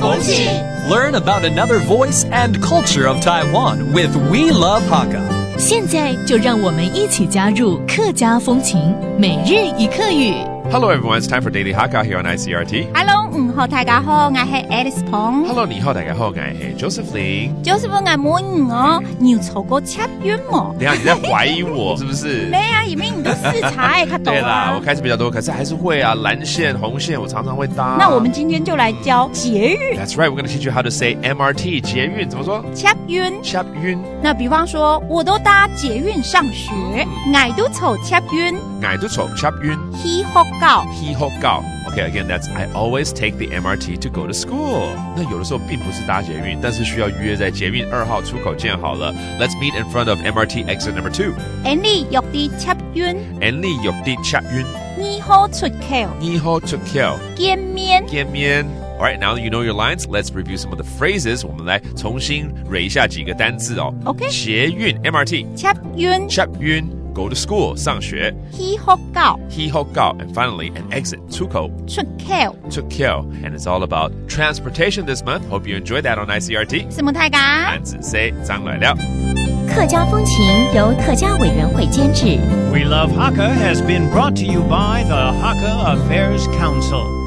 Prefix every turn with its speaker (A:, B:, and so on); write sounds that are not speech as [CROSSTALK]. A: Learn about another voice and culture of Taiwan with We Love Hakka.
B: 现在就让我们一起加入客家风情每日一课语。
C: Hello, everyone. It's time for Daily Hakka here on ICRT.
D: Hello，午後大家好，我係 Alice 彭。
C: Hello, 你好，大家好，我是 Joseph Lin。
D: 就是我阿妹我要錯過七月末。
C: 等一下
D: [LAUGHS]
C: 你在怀疑我是不是
D: 咩？啊？因為你的市场
C: [LAUGHS]
D: 也看懂
C: 对啦，
D: 啊
C: 我。开始比较多，可是还是会啊，蓝线、红线，我常常会搭。
D: 那我们今天就来教节日
C: That's right. We're going to teach you how to say MRT 捷运怎么说
D: 七月。
C: 下晕，
D: 那比方說，我都搭捷運上學，我都坐七月
C: 矮都丑下晕，
D: 去學校。
C: he ho 告。Okay, again, that's I always take the MRT to go to school. 那有的时候并不是搭捷运，但是需要约在捷运二号出口见好了。Let's meet in front of MRT exit number two.
D: 安利約啲七月
C: And 利有地下晕，
D: 二號出口
C: 你好出口。
D: 見面。
C: 见面。All right, now that you know your lines, let's review some of the phrases. 我们来重新蕊一下几个单字哦。
D: OK。
C: 捷运 MRT，
D: 七月
C: 捷运 go to school 上学
D: 去學校
C: ，he and finally an exit 出口
D: 出口。
C: 出口 And it's all about transportation this month. Hope you enjoyed that on ICRT.
D: 什麼大家？
C: 男子C张来了。
B: 客家风情由客家委员会监制。
E: We Love Hakka has been brought to you by the Hakka Affairs Council.